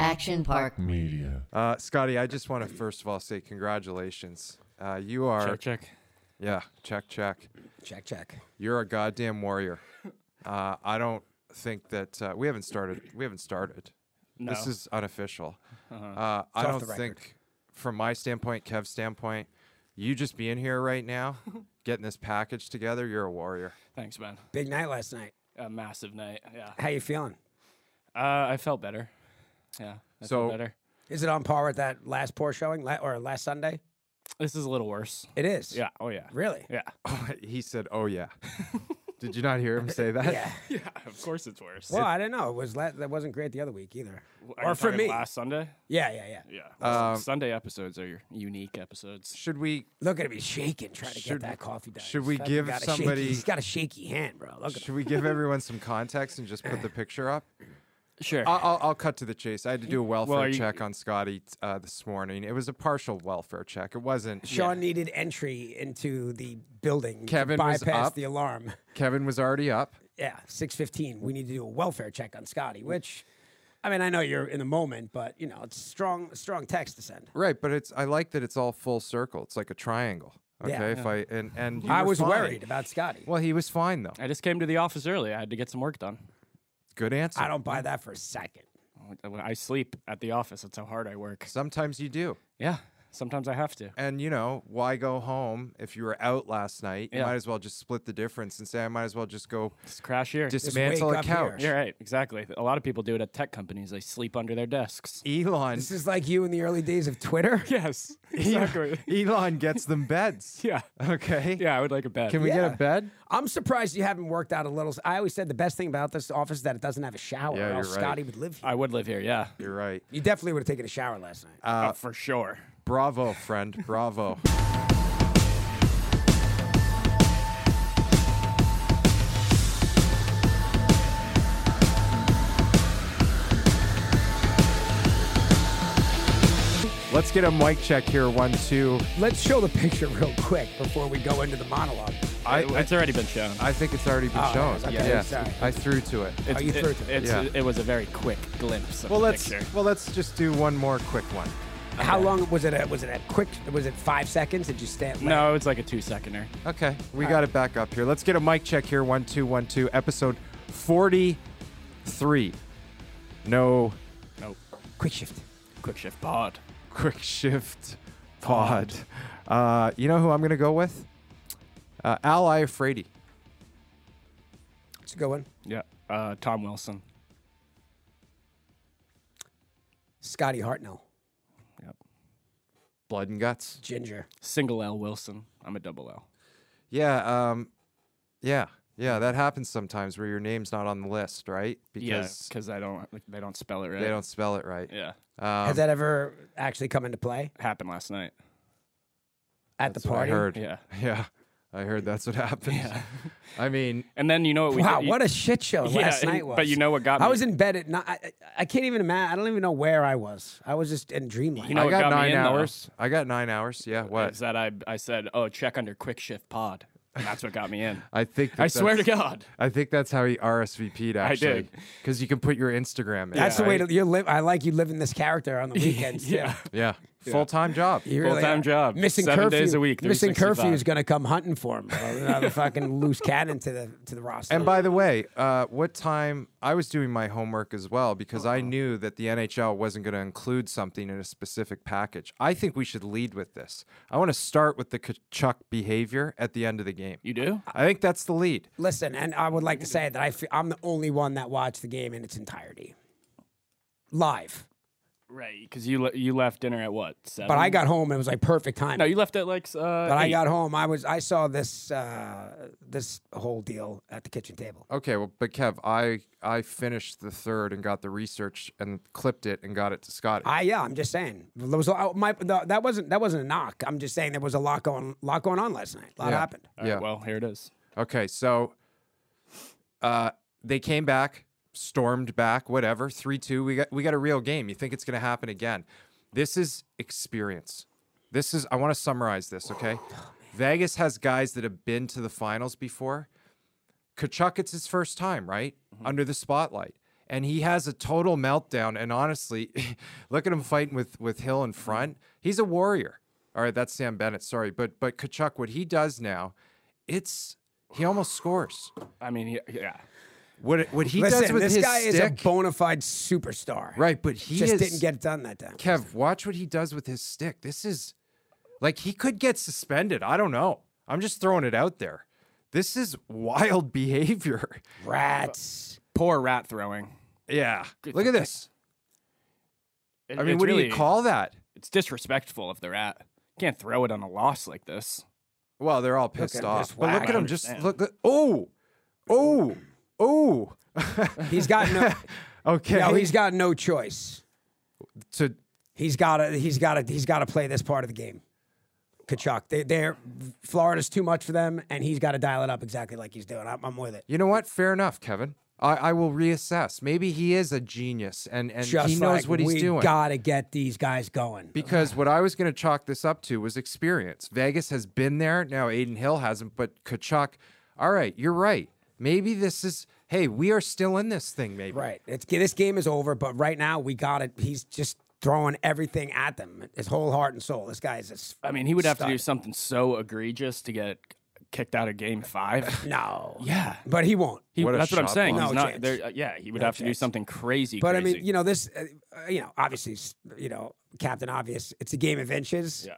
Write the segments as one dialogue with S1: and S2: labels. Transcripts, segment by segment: S1: Action Park.
S2: Media.
S3: Uh, Scotty, I just want to first of all say congratulations. Uh, you are,
S4: Check, check.
S3: yeah, check, check.
S5: Check, check.
S3: You're a goddamn warrior. Uh, I don't think that uh, we haven't started. We haven't started.
S4: No.
S3: This is unofficial. Uh, I
S5: Uh-huh. off
S3: don't
S5: the record.
S3: think, from my standpoint, Kev's standpoint, you just being here right now, getting this package together, you're a warrior.
S4: Thanks, man.
S5: Big night last night.
S4: A massive night. Yeah.
S5: How you feeling?
S4: Uh, I felt better. Yeah. I
S3: So-
S4: felt better.
S5: Is it on par with that last poor showing la- or last Sunday?
S4: This is a little worse.
S5: It is.
S4: Yeah. Oh yeah.
S5: Really?
S4: Yeah.
S3: he said, "Oh yeah." Did you not hear him say that?
S5: Yeah.
S4: yeah. Of course it's worse.
S5: Well, I don't know. It was la- that wasn't great the other week either.
S4: Are you
S5: or for
S4: talking
S5: me.
S4: Last Sunday.
S5: Yeah, yeah, yeah.
S4: Yeah.
S3: Um,
S4: Sunday episodes are your unique episodes.
S3: Should we
S5: Look at me shaking, trying to
S3: Should-
S5: get that coffee done.
S3: should
S5: He's
S3: we
S5: fucking
S3: give
S5: got a
S3: somebody-
S5: Shaky, he's got a shaky hand, bro. Look at him.
S3: should we give everyone some context and just put the picture up?
S4: Sure.
S3: I- I'll, I'll cut to the chase. I had to do a welfare
S4: are you-
S3: check on Scotty uh, this morning. It was a partial welfare check. It wasn't.
S5: Sean needed entry into the building.
S3: Kevin
S5: to
S3: was
S5: bypassed
S3: up.
S5: the alarm.
S3: Kevin was already up.
S5: Yeah, six fifteen. We need to do a welfare check on Scotty, which, I mean, I know you're in the moment, but you know, it's strong, strong text to send.
S3: Right, but it's. I like that it's all full circle. It's like a triangle. Okay,
S5: Yeah.
S3: if I and and you
S5: I
S3: were
S5: was
S3: fine.
S5: worried about Scotty.
S3: Well, he was fine though.
S4: I just came to the office early. I had to get some work done.
S3: Good answer.
S5: I don't buy that for a second.
S4: I- I sleep at the office. That's how hard I work.
S3: Sometimes you do.
S4: Yeah. Sometimes I have to.
S3: And you know, why go home if you were out last night? You
S4: Yeah.
S3: might as well just split the difference and say I might as well just go
S4: Just crash here.
S3: dismantle a
S5: wake up here.
S3: couch.
S4: You're right. Exactly. A lot of people do it at tech companies. They sleep under their desks.
S3: Elon
S5: This is like you in the early days of Twitter.
S4: Yes.
S3: Elon gets them beds.
S4: yeah.
S3: Okay.
S4: Yeah. I would like a bed.
S3: Can we get
S5: Yeah.
S3: a bed?
S5: I'm surprised you haven't worked out a little. I always said the best thing about this office is that it doesn't have a shower.
S3: Yeah,
S5: or
S3: you're
S5: else
S3: right.
S5: Scotty would live here.
S4: I would live here. Yeah.
S3: You're right.
S5: You definitely would have taken a shower last night.
S3: Uh,
S4: oh, for sure.
S3: Bravo, friend. Bravo. Let's get a mic check here. One, two.
S5: Let's show the picture real quick before we go into the monologue.
S3: I, I,
S4: it's already been shown.
S3: I think it's already been
S5: Oh,
S3: shown.
S5: okay,
S3: yeah,
S5: sorry.
S3: I threw to it.
S4: It's,
S5: you
S4: it,
S5: through to it?
S4: it's-
S3: Yeah.
S4: it was a very quick glimpse. Of
S3: Well,
S4: the
S3: let's
S4: Picture.
S3: well let's just do one more quick one.
S5: How long was it? A, was it a quick? Was it five seconds? Did you stand?
S4: No, it's like a two seconder.
S3: Okay, we got it back up here. Let's get a mic check here. One, two, one, two. Episode forty-three. No
S4: Nope.
S5: Quick shift.
S4: Quick shift pod.
S3: quick shift pod. Uh, you know who I'm gonna go with? Uh, Ally Frady.
S5: It's a good one.
S4: Yeah. Uh, Tom Wilson.
S5: Scotty Hartnell,
S4: Yep.
S3: Blood and guts.
S5: Ginger.
S4: Single L Wilson. I'm a double L.
S3: Yeah. Um, yeah. Yeah. That happens sometimes where your name's not on the list, right? Because
S4: because I don't. Like, they don't spell it right.
S3: they don't spell it right.
S4: Yeah.
S3: Um,
S5: Has that ever actually come into play
S4: Happened last night.
S5: at
S3: that's
S5: the
S3: what
S5: party?
S3: I heard.
S4: Yeah.
S3: Yeah. I heard that's what happened. I mean,
S4: And then you know what we
S5: Wow,
S4: did? You-
S5: what a shit show
S4: Yeah,
S5: last
S4: and-
S5: night was.
S4: but you know what got
S5: I
S4: me?
S5: was in bed at night. I, I- I can't even imagine. I don't even know where I was. I was just in dreamland.
S4: You know
S3: I
S4: what
S3: got,
S4: got me
S3: nine
S4: in, though?
S3: hours. I got nine hours. Yeah. What?
S4: is that I I said, oh, check under quick shift pod. And that's what got me in.
S3: I think. That
S4: I swear to
S3: that's-
S4: God.
S3: I think that's how he RSVP'd. Actually,
S4: did.
S3: because you can put your Instagram. In,
S5: That's the
S3: right?
S5: way to, you live. I like you living this character on the weekends.
S4: Yeah.
S3: Yeah. Full time job.
S5: You really
S4: Full-time
S5: are.
S4: job,
S5: Missing
S4: seven
S5: curfew.
S4: days a week,
S5: Missing
S4: 365.
S5: curfew is going to come hunting for him. Bro. Another fucking loose cannon to the to the roster.
S3: And by the way, uh, what time I was doing my homework as well because I knew that the NHL wasn't going to include something in a specific package. I think we should lead with this. I want to start with the Kachuk behavior at the end of the game.
S4: You do?
S3: I think that's the lead.
S5: Listen, and I would like to say that I fe- I'm the only one that watched the game in its entirety, live.
S4: Right. Because you, le- you left dinner at what? Seven?
S5: But I got home and it was like perfect time.
S4: No, you left at like. Uh,
S5: but I got home. I was I saw this uh, this whole deal at the kitchen table.
S3: Okay, well, but Kev, I I finished the third and got the research and clipped it and got it to Scotty.
S5: I yeah, I'm just saying. There was a- my the, that wasn't that wasn't a knock. I'm just saying there was a lot going lot going on last night. A lot
S3: Yeah.
S5: happened.
S4: All
S3: yeah.
S4: right, well, here it is.
S3: Okay, so uh, they came back, stormed back, whatever. Three two. We got we got a real game. You think it's going to happen again? This is experience. This is. I want to summarize this. Okay, Vegas has guys that have been
S5: Mm-hmm.
S3: to the finals before. Kachuk, it's his first time, right? Under the spotlight. and he has a total meltdown. And honestly, look at him fighting with with Hill
S5: Mm-hmm.
S3: in front. He's a warrior. All right, that's Sam Bennett. Sorry, but but Kachuk, what he does now, it's he almost scores.
S4: I mean, he- yeah.
S3: What it- what he does
S5: Listen,
S3: with
S5: this
S3: his
S5: guy is a
S3: stick,
S5: bona fide superstar.
S3: right? But he
S5: just
S3: is,
S5: didn't get it done that time.
S3: Kev, watch what he does with his stick. This is like he could get suspended. I don't know. I'm just throwing it out there. This is wild behavior.
S5: Rats.
S4: Poor rat throwing.
S3: Yeah. Look at this.
S4: It-
S3: I mean,
S4: it's
S3: what do
S4: really-
S3: you call that?
S4: It's disrespectful of the rat. Can't throw it on a loss like this.
S3: Well, they're all pissed
S5: at him
S3: off.
S5: just
S3: But look
S5: whack.
S3: at
S4: I
S3: him just
S4: understand.
S3: look oh. Oh. Oh.
S5: He's got no.
S3: okay.
S5: no, he's got no choice.
S3: to
S5: He's got to. He's got to. He's got to play this part of the game. Kachuk, they, they're Florida's too much for them, and he's got to dial it up exactly like he's doing. I'm, I'm with it.
S3: You know what? Fair enough, Kevin. I, I will reassess. Maybe he is a genius and, and
S5: Just
S3: he knows
S5: like
S3: what he's
S5: we
S3: doing.
S5: Got to get these guys going.
S3: Because what I was going to chalk this up to was experience. Vegas has been there. Now Aiden Hill hasn't, but Kachuk, all right, you're right. Maybe this is, hey, we are still in this thing, maybe.
S5: Right. It's this game is over, but right now we got it. He's just throwing everything at them, his whole heart and soul. This guy is. Just,
S4: I mean, he would have to do something so egregious to get kicked out of game five.
S5: no.
S4: yeah.
S5: But he won't.
S4: He,
S3: What a
S4: that's what I'm
S3: shot
S4: saying.
S5: block.
S4: He's
S5: No
S4: not
S5: chance.
S4: there. uh, yeah, he would have to do
S5: chance.
S4: something crazy.
S5: But I
S4: crazy.
S5: mean, you know, this, uh, uh, you know, obviously, s- you know, Captain Obvious, it's a game of inches.
S4: Yeah.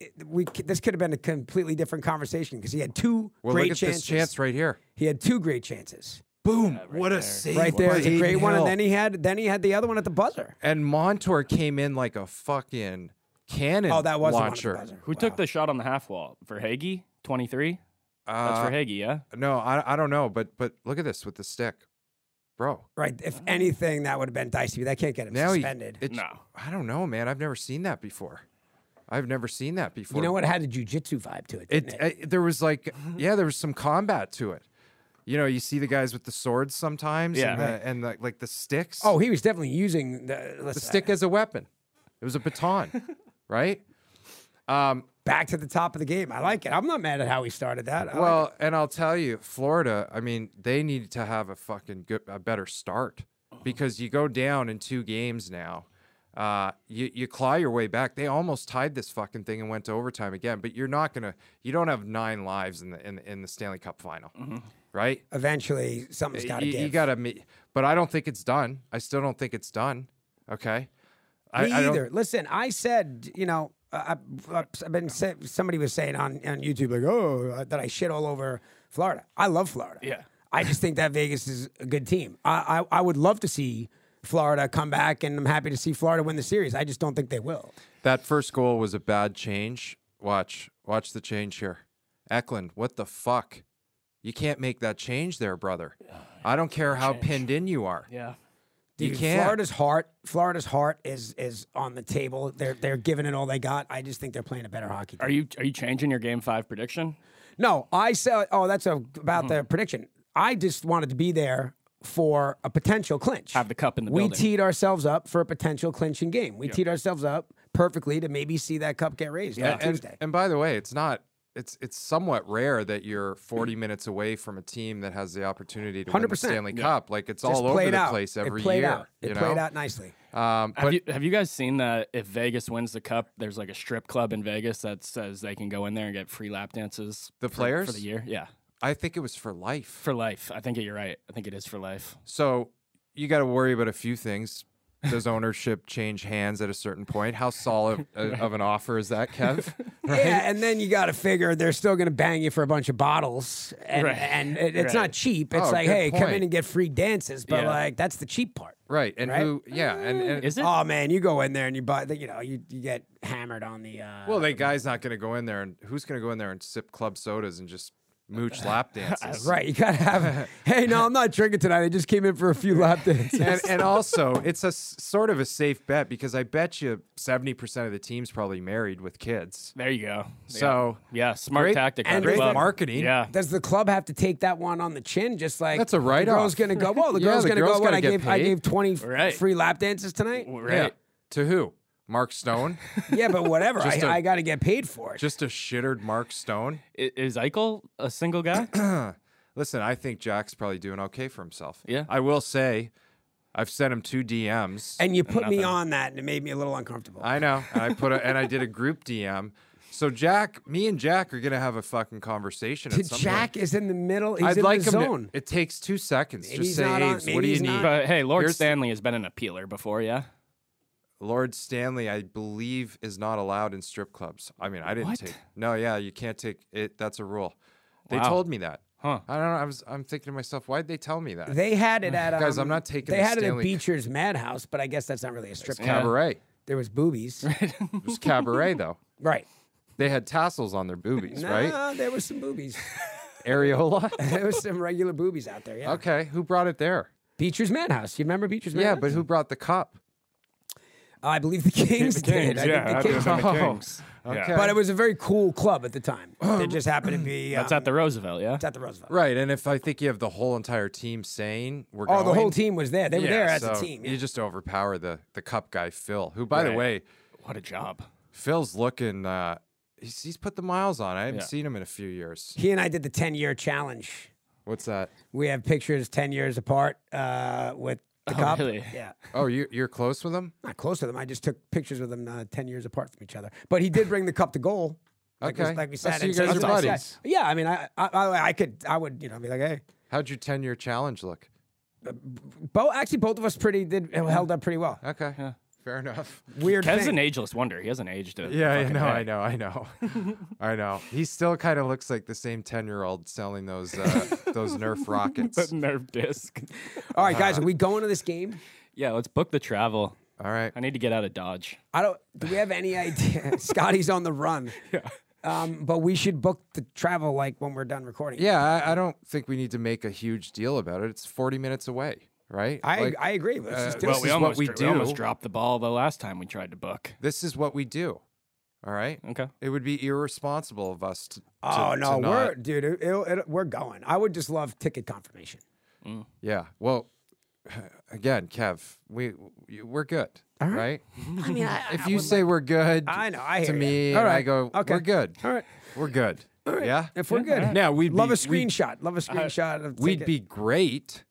S5: It- we c- this could have been a completely different conversation because he had two
S3: Well,
S5: great
S3: look at
S5: chances.
S3: this chance right here.
S5: He had two great chances.
S3: Boom. what a
S4: there.
S3: save.
S5: Right there
S3: by
S5: is a
S3: Aiden
S5: great one,
S3: Hill.
S5: and then he had then he had the other one at the buzzer.
S3: And Montour came in like a fucking cannon
S5: Oh, that was
S3: launcher.
S5: the one at the buzzer.
S4: who took the shot on the half wall? Verhage, 23. That's
S3: Uh,
S4: Verhage, yeah.
S3: No, I, I don't know, but but look at this with the stick. Bro.
S5: right? If anything, that would have been dicey. That can't get him
S3: Now he
S5: suspended.
S3: it's-
S4: No.
S3: I don't know, man. I've never seen that before. I've never seen that before.
S5: you know what? It had a jujitsu vibe to it. Didn't
S3: It,
S5: it,
S3: I, there was like, yeah, there was some combat to it. You know, you see the guys with the swords sometimes,
S4: Yeah.
S3: and, the, and the, like the sticks.
S5: oh, he was definitely using the,
S3: the
S5: listen,
S3: stick as a weapon. It was a baton, right? Um,
S5: back to the top of the game. I like it. I'm not mad at how he started that. I like
S3: well, and I'll tell you, Florida. I mean, they need to have a fucking good, a better start
S5: Uh-huh.
S3: because you go down in two games now. Uh, you you claw your way back. They almost tied this fucking thing and went to overtime again. But you're not gonna. You don't have nine lives in the in, the- in the Stanley Cup final,
S5: Mm-hmm.
S3: right?
S5: it. eventually something's got to
S3: you,
S5: give.
S3: you gotta meet, but I don't think it's done. I still don't think it's done. Okay, I,
S5: Me
S3: I don't-
S5: either. Listen, I said, you know, I, I- I've been say, somebody was saying on, on YouTube like, oh, that I shit all over Florida. I love Florida.
S4: Yeah.
S5: I just think that Vegas is a good team. I, I I would love to see Florida come back, and I'm happy to see Florida win the series. I just don't think they will.
S3: That first goal was a bad change. Watch, watch the change here. Eklund, what the fuck? You can't make that change there, brother. I don't care how pinned in you are.
S4: Yeah.
S3: You
S5: Dude,
S3: can't.
S5: Florida's heart, Florida's heart is is on the table. They're they're giving it all they got. I just think they're playing a better hockey. Team.
S4: Are you are you changing your game five prediction?
S5: No, I said, oh, that's a,
S3: Hmm.
S5: about the prediction. I just wanted to be there for a potential clinch.
S4: Have the cup in the
S5: we
S4: building.
S5: teed ourselves up for a potential clinching game. We teed ourselves up perfectly to maybe see that cup get raised on
S3: and,
S5: Tuesday.
S3: and by the way, it's not. It's it's somewhat rare that you're 40 minutes away from a team that has the opportunity to win the
S5: 100%.
S3: Stanley Cup. Like it's
S5: Just
S3: all over
S5: played
S3: the
S5: out.
S3: place every
S5: it played
S3: year.
S5: Out. It
S3: you
S5: played
S3: know?
S5: out nicely.
S3: Um,
S4: have
S3: but
S4: you have you guys seen that if Vegas wins the cup, there's like a strip club in Vegas that says they can go in there and get free lap dances.
S3: The
S4: for- for
S3: players?
S4: the year, yeah,
S3: I think it was for life.
S4: for life. I think you're right. I think it is for life.
S3: So you got to worry about a few things. Does ownership change hands at a certain point? How solid uh, of an offer is that, Kev? Right?
S5: Yeah, and then you got to figure they're still going to bang you for a bunch of bottles, and,
S4: Right.
S5: and it, it's
S4: Right.
S5: not cheap. It's
S3: Oh,
S5: like,
S3: good
S5: hey, come
S3: point.
S5: in and get free dances, but
S4: Yeah.
S5: like that's the cheap part.
S3: Right. And
S5: Right?
S3: who? Yeah. And, and
S4: Is it?
S5: Oh man, you go in there and you buy, the, you know, you, you get hammered on the. Uh,
S3: well, that guy's not going to go in there, and who's going to go in there and sip club sodas and just mooch lap dances?
S5: Right, you gotta have. hey, no, I'm not drinking tonight. I just came in for a few lap dances.
S3: And, and also, it's a s- sort of a safe bet because I bet you seventy percent of the team's probably married with kids.
S4: there you go. Yeah.
S3: So
S4: yeah, smart
S3: Great-
S4: tactic. by
S5: and
S4: the
S5: great
S4: club.
S3: marketing.
S4: Yeah,
S5: Does the club have to take that one on the chin? Just like
S3: uh, That's a
S5: The girl's
S3: write-off.
S5: gonna go. Well, the
S3: Yeah,
S5: girl's
S3: the
S5: gonna
S3: girl's
S5: go. What
S3: gotta
S5: I
S3: get
S5: gave, I
S3: paid."
S5: gave 20
S4: Right.
S5: free lap dances tonight.
S3: yeah.
S4: right.
S3: To who? Mark Stone?
S5: Yeah, but whatever. I
S3: Just a-
S5: I gotta get paid for it.
S3: just a shittered Mark Stone?
S4: I- Is Eichel a single guy?
S3: Listen, I think Jack's probably doing okay for himself.
S4: Yeah.
S3: I will say, I've sent him two DMs.
S5: And you put me
S4: Nothing.
S5: on that, and it made me a little uncomfortable.
S3: I know. And I put a, and I did a group DM. So Jack, me and Jack are gonna have a fucking conversation. At some point.
S5: Jack is in the middle. He's
S3: I'd
S5: in
S3: like
S5: the
S3: him. to-
S5: zone.
S3: it takes two seconds.
S5: Maybe
S3: Just
S5: he's
S3: say,
S5: not on-
S3: Aves,
S5: maybe
S3: what do you
S5: he's
S3: need?
S5: not-
S4: But hey, Lord
S3: Here's-
S4: Stanley has been an appealer before, yeah.
S3: Lord Stanley, I believe, is not allowed in strip clubs. I mean, I didn't
S4: What?
S3: take. No, yeah, you can't take it. That's a rule. They
S4: Wow.
S3: told me that.
S4: Huh.
S3: I don't know. I was. I'm thinking to myself, why'd they tell me that?
S5: They had it at um,
S3: Guys, I'm not taking
S5: They
S3: the
S5: had
S3: Stanley-
S5: it at Beecher's Madhouse, but I guess that's not really a strip club.
S3: cabaret.
S5: There was boobies,
S3: It was cabaret though.
S5: right?
S3: They had tassels on their boobies,
S5: No,
S3: right?
S5: there was some boobies.
S3: Areola.
S5: there was some regular boobies out there. Yeah,
S3: okay, who brought it there?
S5: Beecher's Madhouse. You remember Beecher's
S3: Yeah,
S5: Madhouse?
S3: but who brought the cup?
S5: I believe the Kings did. I think the Kings-
S3: the Kings. Okay.
S5: But it was a very cool club at the time.
S3: Oh,
S5: It just happened
S3: mm,
S5: to be. Um,
S4: That's at the Roosevelt, yeah.
S5: it's at the Roosevelt.
S3: Right, and if I think you have the whole entire team saying we're
S5: Oh,
S3: going,
S5: the whole team was there. They were there as a
S3: so
S5: team.
S3: You
S5: yeah.
S3: just overpower the the cup guy Phil, who by the
S4: Right.
S3: way,
S4: What a job.
S3: Phil's looking uh he's, he's put the miles on. I haven't
S4: Yeah.
S3: seen him in a few years.
S5: He and I did the ten-year challenge.
S3: What's that?
S5: We have pictures ten years apart uh, with the
S4: Oh,
S5: cop.
S4: really?
S5: Yeah.
S3: Oh, you you're close with him?
S5: not close to them. I just took pictures with them uh, ten years apart from each other. But he did bring the cup to goal. Like we-
S3: Okay.
S5: like we
S3: Oh,
S5: said,
S3: so you
S5: and
S3: guys
S5: it's
S3: are
S5: like-
S3: buddies.
S5: Yeah, I mean, I, I, I, I could, I would, you know, be like, hey,
S3: How'd your 10-year challenge look?
S5: both actually both of us pretty did held up pretty well.
S3: Okay. Fair enough.
S5: Weird
S4: Kev's
S5: thing.
S4: an ageless wonder. He hasn't aged a
S3: Yeah, I
S4: fucking
S3: know,
S4: day.
S3: I know, I know, I know. He still kind of looks like the same ten-year-old selling those uh, those Nerf rockets.
S4: Nerve disc.
S5: All right,
S4: Uh-huh.
S5: guys, are we going to this game?
S4: Yeah, let's book the travel.
S3: All right,
S4: I need to get out of Dodge.
S5: I don't. Do we have any idea? Scotty's on the run. Yeah. Um, but we should book the travel like when we're done recording.
S3: yeah, I, I don't think we need to make a huge deal about it. It's forty minutes away, right?
S5: I,
S3: Like,
S5: I agree. Let's just
S3: uh, This
S5: do it.
S4: well, we
S3: is what
S4: almost,
S3: we
S4: we, almost
S3: do.
S4: dropped the ball the last time we tried to book.
S3: this is what we do. All right.
S5: Mm.
S4: Okay.
S3: It would be irresponsible of us. To, uh, to-
S5: oh
S3: to
S5: no, we're
S3: not-
S5: dude, it, it, it, we're going. I would just love ticket confirmation.
S3: yeah. Well, again, Kev, we you- we're good, right?
S5: I mean, I,
S3: If you say we're good,
S5: I know, I
S3: to
S5: hear ya.
S3: me,
S5: All
S3: and I
S5: right,
S3: go,
S5: okay.
S3: we're good,
S5: all right.
S3: we're good, yeah.
S5: If we're good,
S3: Now we'd
S5: love
S3: be,
S5: a screenshot. love a screenshot of.
S3: We'd, we'd
S5: ticket.
S3: be great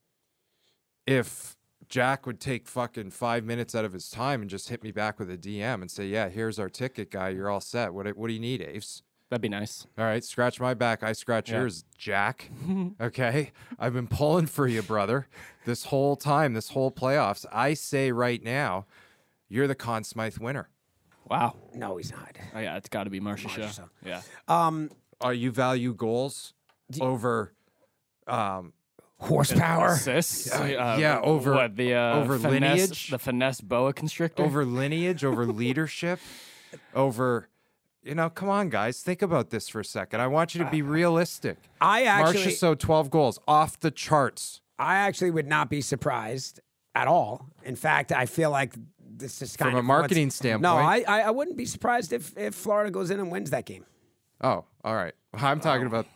S3: if Jack would take fucking five minutes out of his time and just hit me back with a DM and say, "Yeah, here's our ticket, guy. You're all set. What do- what do you need, Aves?
S4: That'd be nice.
S3: All right, scratch my back. I scratch yours, Jack. okay. I've been pulling for you, brother, this whole time, this whole playoffs. I say right now, you're the Conn Smythe winner.
S4: Wow.
S5: No, he's not.
S4: Oh, yeah, it's got to be Marcia Shaw. Yeah.
S3: Are Uh, you value goals over um
S5: Horsepower.
S4: Sis? uh,
S3: yeah, over-
S4: what, the, uh,
S3: over
S4: finesse,
S3: lineage?
S4: The finesse boa constrictor?
S3: over lineage, over leadership, over you know, come on guys, think about this for a second. I want you to
S4: Uh,
S3: be realistic.
S5: I actually,
S3: Marcia so 12 goals off the charts.
S5: I actually would not be surprised at all. In fact, I feel like this is kind
S3: From a
S5: of what's-
S3: marketing
S5: No,
S3: standpoint.
S5: I, I I wouldn't be surprised if if Florida goes in and wins that game.
S3: Oh, all right. I'm talking about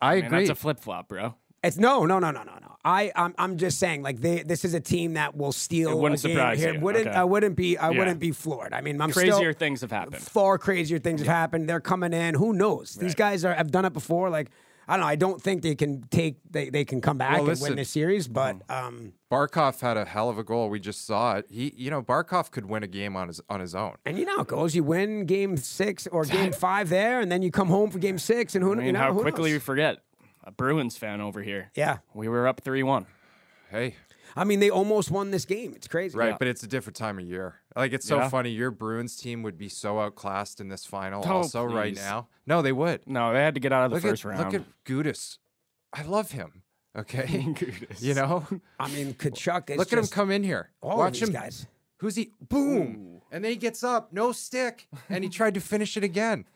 S3: I
S4: Man,
S3: agree.
S4: Oh. that's a flip flop, bro.
S5: It's no, no, no, no, no, no. I I'm, I'm just saying like they this is a team that will steal.
S4: It wouldn't
S5: a game
S4: surprise
S5: here.
S4: you.
S5: Wouldn't
S4: Okay.
S5: I wouldn't be I
S4: Yeah.
S5: wouldn't be floored. I mean, I'm
S4: Crazier
S5: still,
S4: things have happened.
S5: Far crazier things have happened. They're coming in. Who knows? These guys are have done it before. Like I don't know. I don't think they can take they, they can come back
S3: Well,
S5: and
S3: listen. Mm.
S5: win this series. But um,
S3: Barkov had a hell of a goal. We just saw it. He, you know, Barkov could win a game on his on his own.
S5: and you know how it goes. You win game six or game five there, and then you come home for game six, and who
S4: I
S5: knows?
S4: mean,
S5: you know,
S4: how
S5: who
S4: quickly we
S5: knows?
S4: forget. A Bruins fan over here.
S5: Yeah,
S4: We were up 3 1.
S3: Hey,
S5: I mean, they almost won this game. It's crazy.
S3: right?
S4: Yeah.
S3: But it's a different time of year. Like it's so
S4: Yeah.
S3: funny. Your Bruins team would be so outclassed in this final.
S4: Oh,
S3: also, right
S4: please.
S3: now, no, they would.
S4: No, they had to get out of the
S3: Look
S4: first
S3: at
S4: round.
S3: look at Gudis. I love him. Okay,
S4: Gudis.
S3: you know,
S5: I mean, Kachuk is
S3: look at him
S5: just
S3: come in here.
S5: all
S3: Watch
S5: of these
S3: him.
S5: guys.
S3: Who's he? Boom! And then he gets up, no stick, and he tried to finish it again.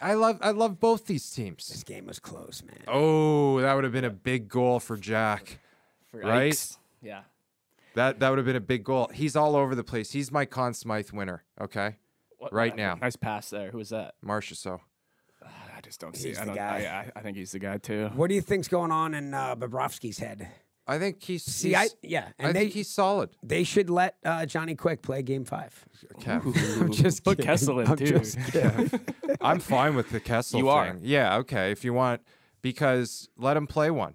S3: I love I love both these teams.
S5: This game was close, man.
S3: Oh, that would have been a big goal for Jack. Right?
S4: Yikes. Yeah.
S3: That that would have been a big goal. He's all over the place. He's my Conn Smythe winner. Okay,
S4: What-
S3: Right now.
S4: Nice pass there. Who was that?
S3: Marcia. So
S4: I just don't see.
S5: He's
S4: I,
S5: the
S4: don't,
S5: guy.
S4: I, I, I think he's the guy too.
S5: What do you think's going on in uh, Bobrovsky's head?
S3: I think he's.
S5: See, I
S3: he's-
S5: yeah,
S3: I
S5: and they
S3: think he's solid.
S5: they should let uh, Johnny Quick play Game Five.
S3: Kev.
S4: I'm just put Kessel in
S5: I'm
S4: too.
S5: just
S3: I'm fine with the Kessel
S4: You
S3: thing.
S4: are.
S3: Yeah. Okay. If you want, because let him play one.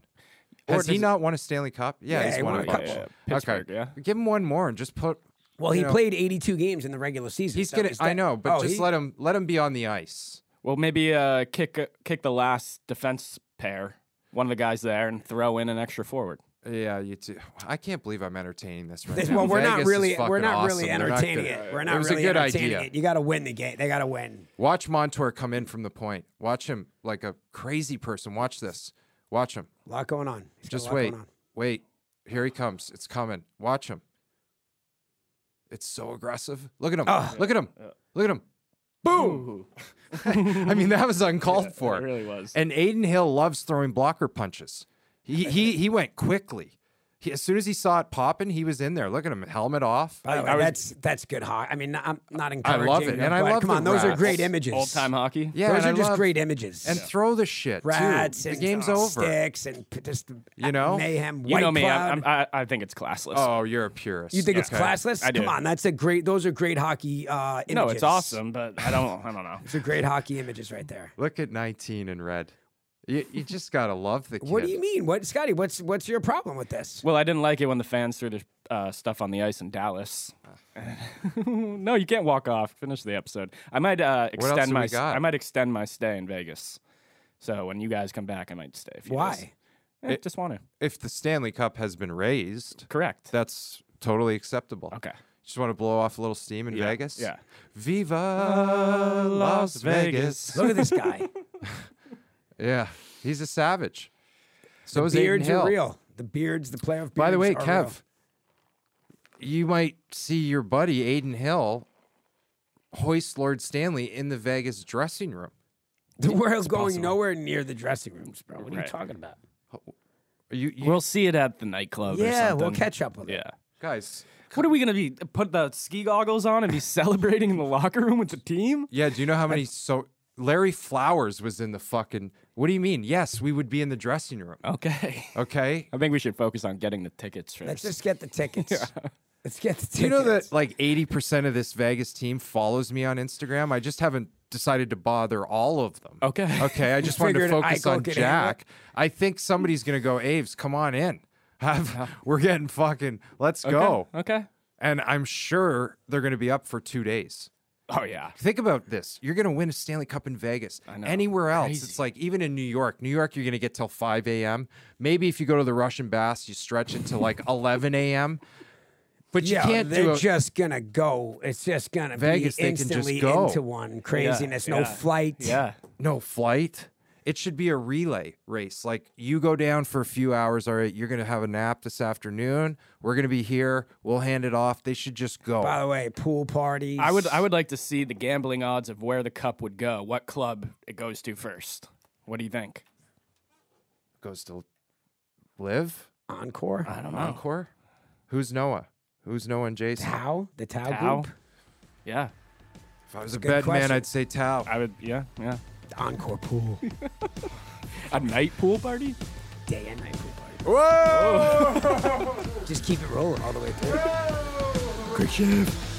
S3: Has he
S4: does-
S3: not won a Stanley Cup? Yeah,
S5: Yeah,
S3: he's
S5: he
S3: won,
S5: won
S3: a
S5: a
S3: bunch.
S5: couple.
S4: Yeah, Pittsburgh,
S3: okay,
S4: yeah.
S3: Give him one more and just put.
S5: Well,
S3: you
S5: he
S3: know,
S5: played 82 games in the regular season.
S3: He's
S5: so
S3: gonna.
S5: is
S3: I
S5: that-
S3: know, but
S5: oh,
S3: just
S5: he-
S3: let him. Let him be on the ice.
S4: Well, maybe uh, kick kick the last defense pair, one of the guys there, and throw in an extra forward.
S3: Yeah, you too. I can't believe I'm entertaining this right
S5: This-
S3: now.
S5: well, we're
S3: Vegas
S5: not
S3: is
S5: really we're
S3: fucking
S5: not
S3: awesome.
S5: really
S3: They're not
S5: entertaining
S3: gonna-
S5: it. We're not
S3: it was
S5: really
S3: a good
S5: entertaining
S3: idea.
S5: it. You got to win the game. They got to win.
S3: Watch Montour come in from the point. Watch him like a crazy person. Watch this. Watch him.
S5: A lot going on. He's got a
S3: Just
S5: lot
S3: wait.
S5: going on.
S3: Wait. Here he comes. It's coming. Watch him. It's so aggressive. Look at him.
S5: Ah.
S3: Look at him. Look at him. Boom. I mean, that was uncalled for.
S4: It really was.
S3: And Aiden Hill loves throwing blocker punches. He he he went quickly. He, as soon as he saw it popping, he was in there. Look at him, helmet off.
S5: By the way,
S4: I was-
S5: that's that's good hockey. I mean, I'm not
S3: I love
S5: encouraging.
S3: it,
S5: them,
S3: and I
S5: but
S3: love
S5: Come
S3: the
S5: on, those are
S3: rats.
S5: great images.
S4: Old time hockey.
S3: Yeah,
S5: those
S3: and
S5: are
S3: I
S5: just
S3: love-
S5: great images.
S3: And throw the shit. too.
S5: rats
S3: The
S5: and
S3: game's
S5: uh,
S3: over.
S5: sticks and p- just
S3: You
S5: uh,
S3: know?
S5: mayhem. White
S4: You know me.
S5: cloud.
S4: I'm, I'm, I I think it's classless.
S3: Oh, you're a purist.
S5: you think it's
S3: Okay.
S5: classless?
S4: I do.
S5: Come on, that's a great. Those are great hockey uh, images.
S4: no, it's awesome, but I don't. I don't know.
S5: Those are great hockey images right there.
S3: Look at 19 in red. You, you just gotta love the kid.
S5: What do you mean? What, Scotty? What's what's your problem with this?
S4: Well, I didn't like it when the fans threw the uh, stuff on the ice in Dallas. no, you can't walk off. Finish the episode. I might uh,
S3: else
S4: extend
S3: do
S4: my.
S3: we got?
S4: I might extend my stay in Vegas. So when you guys come back, I might stay. If you guys-
S5: Why?
S4: Eh, just want to.
S3: If the Stanley Cup has been raised,
S4: Correct.
S3: that's totally acceptable.
S4: Okay.
S3: Just want to blow off a little steam in Vegas.
S4: yeah.
S3: Viva Las
S4: Vegas.
S3: Vegas.
S5: Look at this guy.
S3: Yeah. He's a savage. So is Aiden
S5: beards
S3: Hill.
S5: are real. The beards, the playoff. Beards
S3: By the way,
S5: are
S3: Kev,
S5: real.
S3: you might see your buddy Aiden Hill hoist Lord Stanley in the Vegas dressing room.
S5: the world's going
S4: possible.
S5: nowhere near the dressing rooms, bro. What are
S4: Right.
S5: you talking about?
S3: You, you
S4: We'll see it at the nightclub. or
S5: Yeah, we'll
S4: something.
S5: catch up with it.
S4: Yeah.
S3: guys.
S4: What are we gonna be? Put the ski goggles on and be celebrating in the locker room with the team?
S3: Yeah, do you know how many so Larry Flowers was in the fucking What do you mean? Yes, we would be in the dressing room.
S4: Okay.
S3: Okay?
S4: I think we should focus on getting the tickets first.
S5: Let's just get the tickets. Let's get the tickets.
S3: Do you know that like 80% of this Vegas team follows me on Instagram? I just haven't decided to bother all of them.
S4: Okay.
S3: Okay, I just wanted to
S5: figured
S3: focus
S5: Eichel
S3: on
S5: could handle it?
S3: Jack. I think somebody's going to go, Aves, come on in. Have, we're getting fucking, let's go.
S4: Okay.
S3: And I'm sure they're going to be up for two days.
S4: Oh yeah.
S3: Think about this. You're going to win a Stanley Cup in Vegas.
S4: know.
S3: Anywhere else, it's like even in New York. New York, you're going to get till 5 a.m. Maybe if you go to the Russian baths, you stretch it to like 11 a.m. But you
S5: Yeah,
S3: can't
S5: they're
S3: do it.
S5: just gonna go. It's just gonna
S3: Vegas,
S5: be
S3: they can just
S5: instantly
S3: go.
S5: into one craziness. No
S4: yeah.
S5: flights.
S4: Yeah.
S3: no flight. It should be a relay race. Like you go down for a few hours. All right, you're going to have a nap this afternoon. We're going to be here. We'll hand it off. They should just go.
S5: By the way, pool parties.
S4: I would I would like to see the gambling odds of where the cup would go, what club it goes to first. What do you think?
S3: Goes to live
S5: encore.
S4: I don't
S3: encore. Who's Noah? Who's Noah and Jason?
S5: Tau, the Tau,
S4: Tao?
S5: group.
S4: Yeah.
S3: If I was a
S5: good
S3: bed man,
S5: question.
S3: I'd say Tao.
S4: I would yeah, yeah.
S5: Encore pool.
S4: A night pool party?
S5: Day and night pool party.
S3: Whoa!
S5: Just keep it rolling all the way through.
S3: Great shift.